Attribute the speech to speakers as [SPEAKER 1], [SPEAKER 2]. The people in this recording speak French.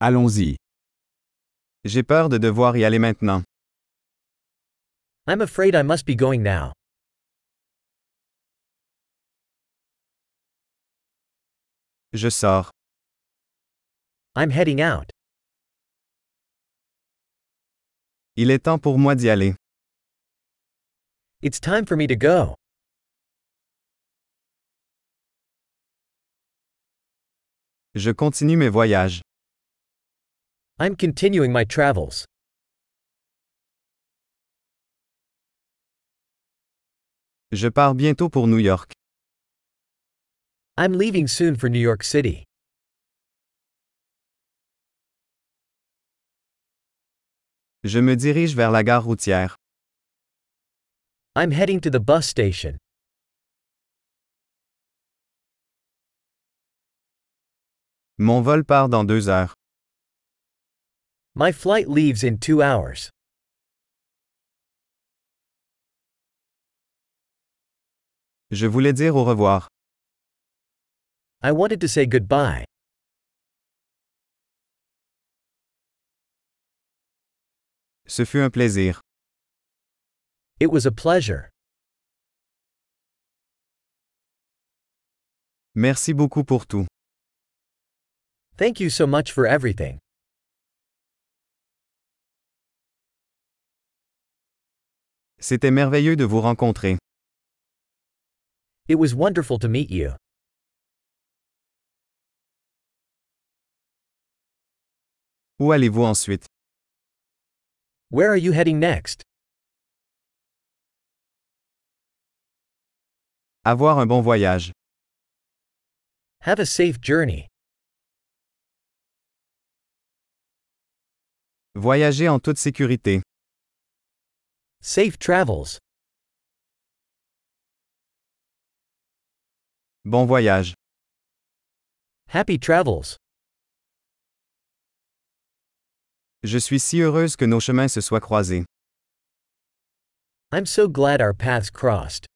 [SPEAKER 1] Allons-y.
[SPEAKER 2] J'ai peur de devoir y aller maintenant.
[SPEAKER 3] I'm afraid I must be going now.
[SPEAKER 2] Je sors.
[SPEAKER 3] I'm heading out.
[SPEAKER 2] Il est temps pour moi d'y aller.
[SPEAKER 3] It's time for me to go.
[SPEAKER 2] Je continue mes voyages.
[SPEAKER 3] I'm continuing my travels.
[SPEAKER 2] Je pars bientôt pour New York.
[SPEAKER 3] I'm leaving soon for New York City.
[SPEAKER 2] Je me dirige vers la gare routière.
[SPEAKER 3] I'm heading to the bus station.
[SPEAKER 2] Mon vol part dans deux heures.
[SPEAKER 3] My flight leaves in two hours.
[SPEAKER 2] Je voulais dire au revoir.
[SPEAKER 3] I wanted to say goodbye.
[SPEAKER 2] Ce fut un plaisir.
[SPEAKER 3] It was a pleasure.
[SPEAKER 2] Merci beaucoup pour tout.
[SPEAKER 3] Thank you so much for everything.
[SPEAKER 2] C'était merveilleux de vous rencontrer.
[SPEAKER 3] It was wonderful to meet you.
[SPEAKER 2] Où allez-vous ensuite?
[SPEAKER 3] Where are you heading next?
[SPEAKER 2] Avoir un bon voyage.
[SPEAKER 3] Have a safe journey.
[SPEAKER 2] Voyager en toute sécurité.
[SPEAKER 3] Safe travels.
[SPEAKER 2] Bon voyage.
[SPEAKER 3] Happy travels.
[SPEAKER 2] Je suis si heureuse que nos chemins se soient croisés.
[SPEAKER 3] I'm so glad our paths crossed.